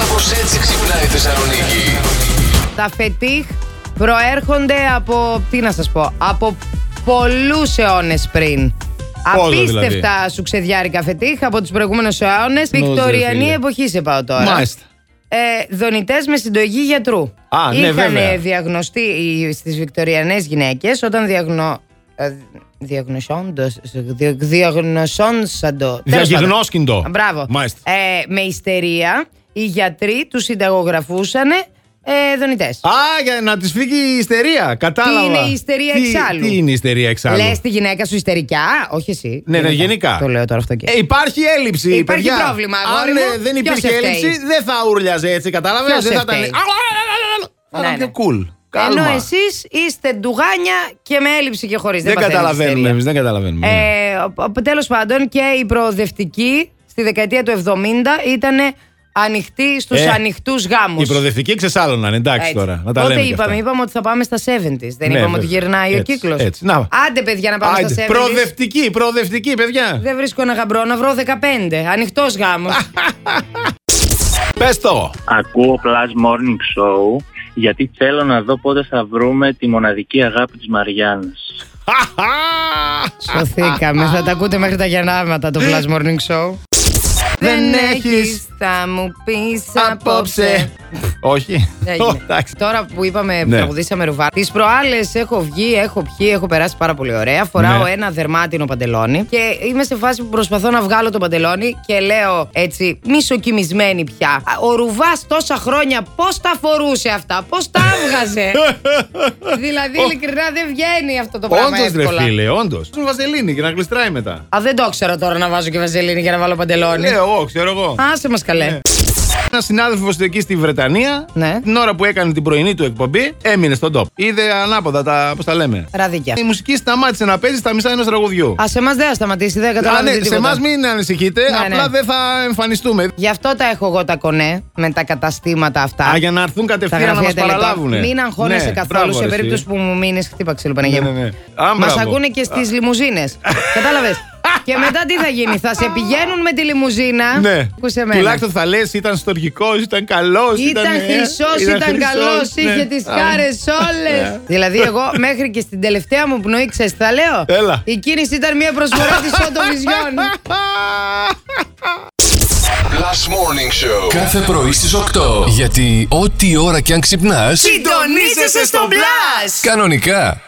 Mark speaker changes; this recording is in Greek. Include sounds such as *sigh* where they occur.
Speaker 1: Κάπως έτσι ξυπνάει η Θεσσαλονίκη.
Speaker 2: Τα φετίχ προέρχονται από, τι να σας πω, από πολλούς αιώνες πριν.
Speaker 3: Πόσο
Speaker 2: Απίστευτα
Speaker 3: δηλαδή.
Speaker 2: σου ξεδιάρικα φετίχ από τους προηγούμενους αιώνες.
Speaker 3: Νος, ρε,
Speaker 2: Βικτοριανή
Speaker 3: φίλε.
Speaker 2: εποχή σε πάω τώρα.
Speaker 3: Μάλιστα.
Speaker 2: Ε, δονητές με συντογή γιατρού.
Speaker 3: Α, ναι, βέβαια.
Speaker 2: Είχαν διαγνωστεί οι- στις βικτοριανές γυναίκες όταν διαγνω... ε, Διαγνωσόντος, δια- διαγνωσόντσαντο. Τέλος πάντων.
Speaker 3: Διαγνώσκυντο.
Speaker 2: Μπράβο.
Speaker 3: Μάλιστα.
Speaker 2: Ε, με ιστερία, οι γιατροί τους συνταγογραφούσαν ε, δονητές.
Speaker 3: Α, για να τη φύγει η ιστερία. Κατάλαβα.
Speaker 2: είναι η ιστερία
Speaker 3: Τι-
Speaker 2: εξάλλου?
Speaker 3: Τι είναι η ιστερία εξάλλου.
Speaker 2: Λες τη γυναίκα σου ιστερικιά, όχι εσύ.
Speaker 3: Ναι, ναι, γενικά.
Speaker 2: Το λέω τώρα αυτό και.
Speaker 3: Ε, υπάρχει έλλειψη.
Speaker 2: Υπάρχει
Speaker 3: παιδιά.
Speaker 2: πρόβλημα, αγόρι
Speaker 3: Αν
Speaker 2: μου.
Speaker 3: ε,
Speaker 2: Ποιος
Speaker 3: δεν υπήρχε
Speaker 2: σε φταίει?
Speaker 3: έλλειψη, δεν θα ούρλιαζε έτσι. Κατάλαβες.
Speaker 2: Ποιος
Speaker 3: Δεν θα
Speaker 2: σε
Speaker 3: ήταν.
Speaker 2: φταίει?
Speaker 3: Θα ήταν
Speaker 2: Ναι, ναι.
Speaker 3: πιο cool.
Speaker 2: Ενώ
Speaker 3: Κάλμα.
Speaker 2: εσείς είστε ντουγάνια και με έλλειψη και χωρίς.
Speaker 3: Δεν καταλαβαίνουμε εμείς. Δεν καταλαβαίνουμε. ναι.
Speaker 2: Ε, Τέλος πάντων, και η προοδευτική στη δεκαετία του 70 ήταν ανοιχτή στους
Speaker 3: Ε,
Speaker 2: ανοιχτούς γάμους.
Speaker 3: Οι προοδευτικοί ξεσάλωναν, εντάξει τώρα. Να τα
Speaker 2: Τότε
Speaker 3: λέμε και
Speaker 2: είπαμε,
Speaker 3: αυτά.
Speaker 2: είπαμε ότι θα πάμε στα 70s. Δεν
Speaker 3: Ναι,
Speaker 2: είπαμε
Speaker 3: βέβαια.
Speaker 2: ότι γυρνάει ο
Speaker 3: Έτσι,
Speaker 2: κύκλος.
Speaker 3: έτσι. Να.
Speaker 2: Άντε, παιδιά, να πάμε
Speaker 3: Άντε,
Speaker 2: στα 70s.
Speaker 3: Προοδευτικοί, προοδευτικοί, παιδιά.
Speaker 2: Δεν βρίσκω ένα γαμπρό, να βρω 15. Ανοιχτός
Speaker 3: *laughs*
Speaker 2: γάμος.
Speaker 3: Πες το.
Speaker 4: Ακούω Plus Morning Show γιατί θέλω να δω πότε θα βρούμε τη μοναδική αγάπη της Μαριάννας.
Speaker 2: Σωθήκαμε. Θα τα ακούτε μέχρι τα γεννάματα το Plus Morning Show.
Speaker 3: Δεν
Speaker 2: έχεις,
Speaker 3: έχεις,
Speaker 2: θα μου πεις
Speaker 3: Απόψε. Όχι.
Speaker 2: Έγινε.
Speaker 3: Εντάξει.
Speaker 2: Τώρα που είπαμε,
Speaker 3: Ναι.
Speaker 2: τραγουδήσαμε ρουβά. Τις προάλλες έχω βγει, έχω πιει, έχω περάσει πάρα πολύ ωραία. Φοράω
Speaker 3: Ναι.
Speaker 2: ένα δερμάτινο παντελόνι και είμαι σε φάση που προσπαθώ να βγάλω το παντελόνι και λέω έτσι, μισοκιμισμένη πια. «Α, Ο ρουβάς τόσα χρόνια πώς τα φορούσε αυτά, πώς τα *laughs* έβγαζε. δηλαδή, ειλικρινά δεν βγαίνει αυτό το πράγμα.
Speaker 3: Όντως, ρε
Speaker 2: εύκολα.
Speaker 3: φίλε, όντως. Σου βαζελίνη και να γλιστράει μετά.
Speaker 2: Α, δεν το ξέρω τώρα να βάζω και βαζελίνη για να βάλω παντελόνι.
Speaker 3: Ναι, εγώ, ξέρω εγώ.
Speaker 2: Άσε μας
Speaker 3: Ναι.
Speaker 2: καλέ.
Speaker 3: Ένας συνάδελφος εκεί στη Βρετανία,
Speaker 2: Ναι.
Speaker 3: την ώρα που έκανε την πρωινή του εκπομπή, έμεινε στον τόπο. Είδε ανάποδα τα. Πώς τα λέμε.
Speaker 2: Ραδίκια.
Speaker 3: Η μουσική σταματήσε να παίζει στα μισά ενός τραγουδιού.
Speaker 2: Ας, σε εμάς δεν θα σταματήσει, δεν
Speaker 3: Αλλά ναι,
Speaker 2: καταλαβαίνω.
Speaker 3: σε εμάς μην ανησυχείτε,
Speaker 2: Ναι,
Speaker 3: απλά
Speaker 2: ναι.
Speaker 3: δεν θα εμφανιστούμε.
Speaker 2: Γι' αυτό τα έχω εγώ τα κονέ με τα καταστήματα αυτά.
Speaker 3: Α, για να έρθουν
Speaker 2: τα
Speaker 3: κατευθείαν να Ναι,
Speaker 2: γραφεία
Speaker 3: μας
Speaker 2: τελετών.
Speaker 3: παραλάβουν.
Speaker 2: Μην αγχώνεσαι καθόλου σε περίπτωση που μου μείνεις χτύπα ξύλο Παναγία
Speaker 3: Ναι, ναι, ναι. Α,
Speaker 2: Μα
Speaker 3: μπράβο.
Speaker 2: ακούνε και στις λιμουζίνες.
Speaker 3: *laughs*
Speaker 2: Κατάλαβες. Και μετά τι θα γίνει, θα σε πηγαίνουν με τη λιμουζίνα.
Speaker 3: Ναι.
Speaker 2: Ακούσε εμένα.
Speaker 3: Τουλάχιστον θα λες, ήταν στοργικός, ήταν ε, καλός.
Speaker 2: Ήταν χρυσός, ήταν καλός,
Speaker 3: ναι.
Speaker 2: είχε τις χάρες όλες. Δηλαδή, εγώ μέχρι και στην τελευταία μου πνοή, ξέρεις τι θα λέω.
Speaker 3: Έλα.
Speaker 2: Η κίνηση ήταν μια προσφορά
Speaker 3: *laughs*
Speaker 2: της Ότοβιζιών.
Speaker 1: Last Morning Show.
Speaker 5: Κάθε πρωί στις 8. Γιατί ό,τι ώρα κι αν ξυπνάς,
Speaker 2: Συντονίζεσαι στο μπλα!
Speaker 5: κανονικά.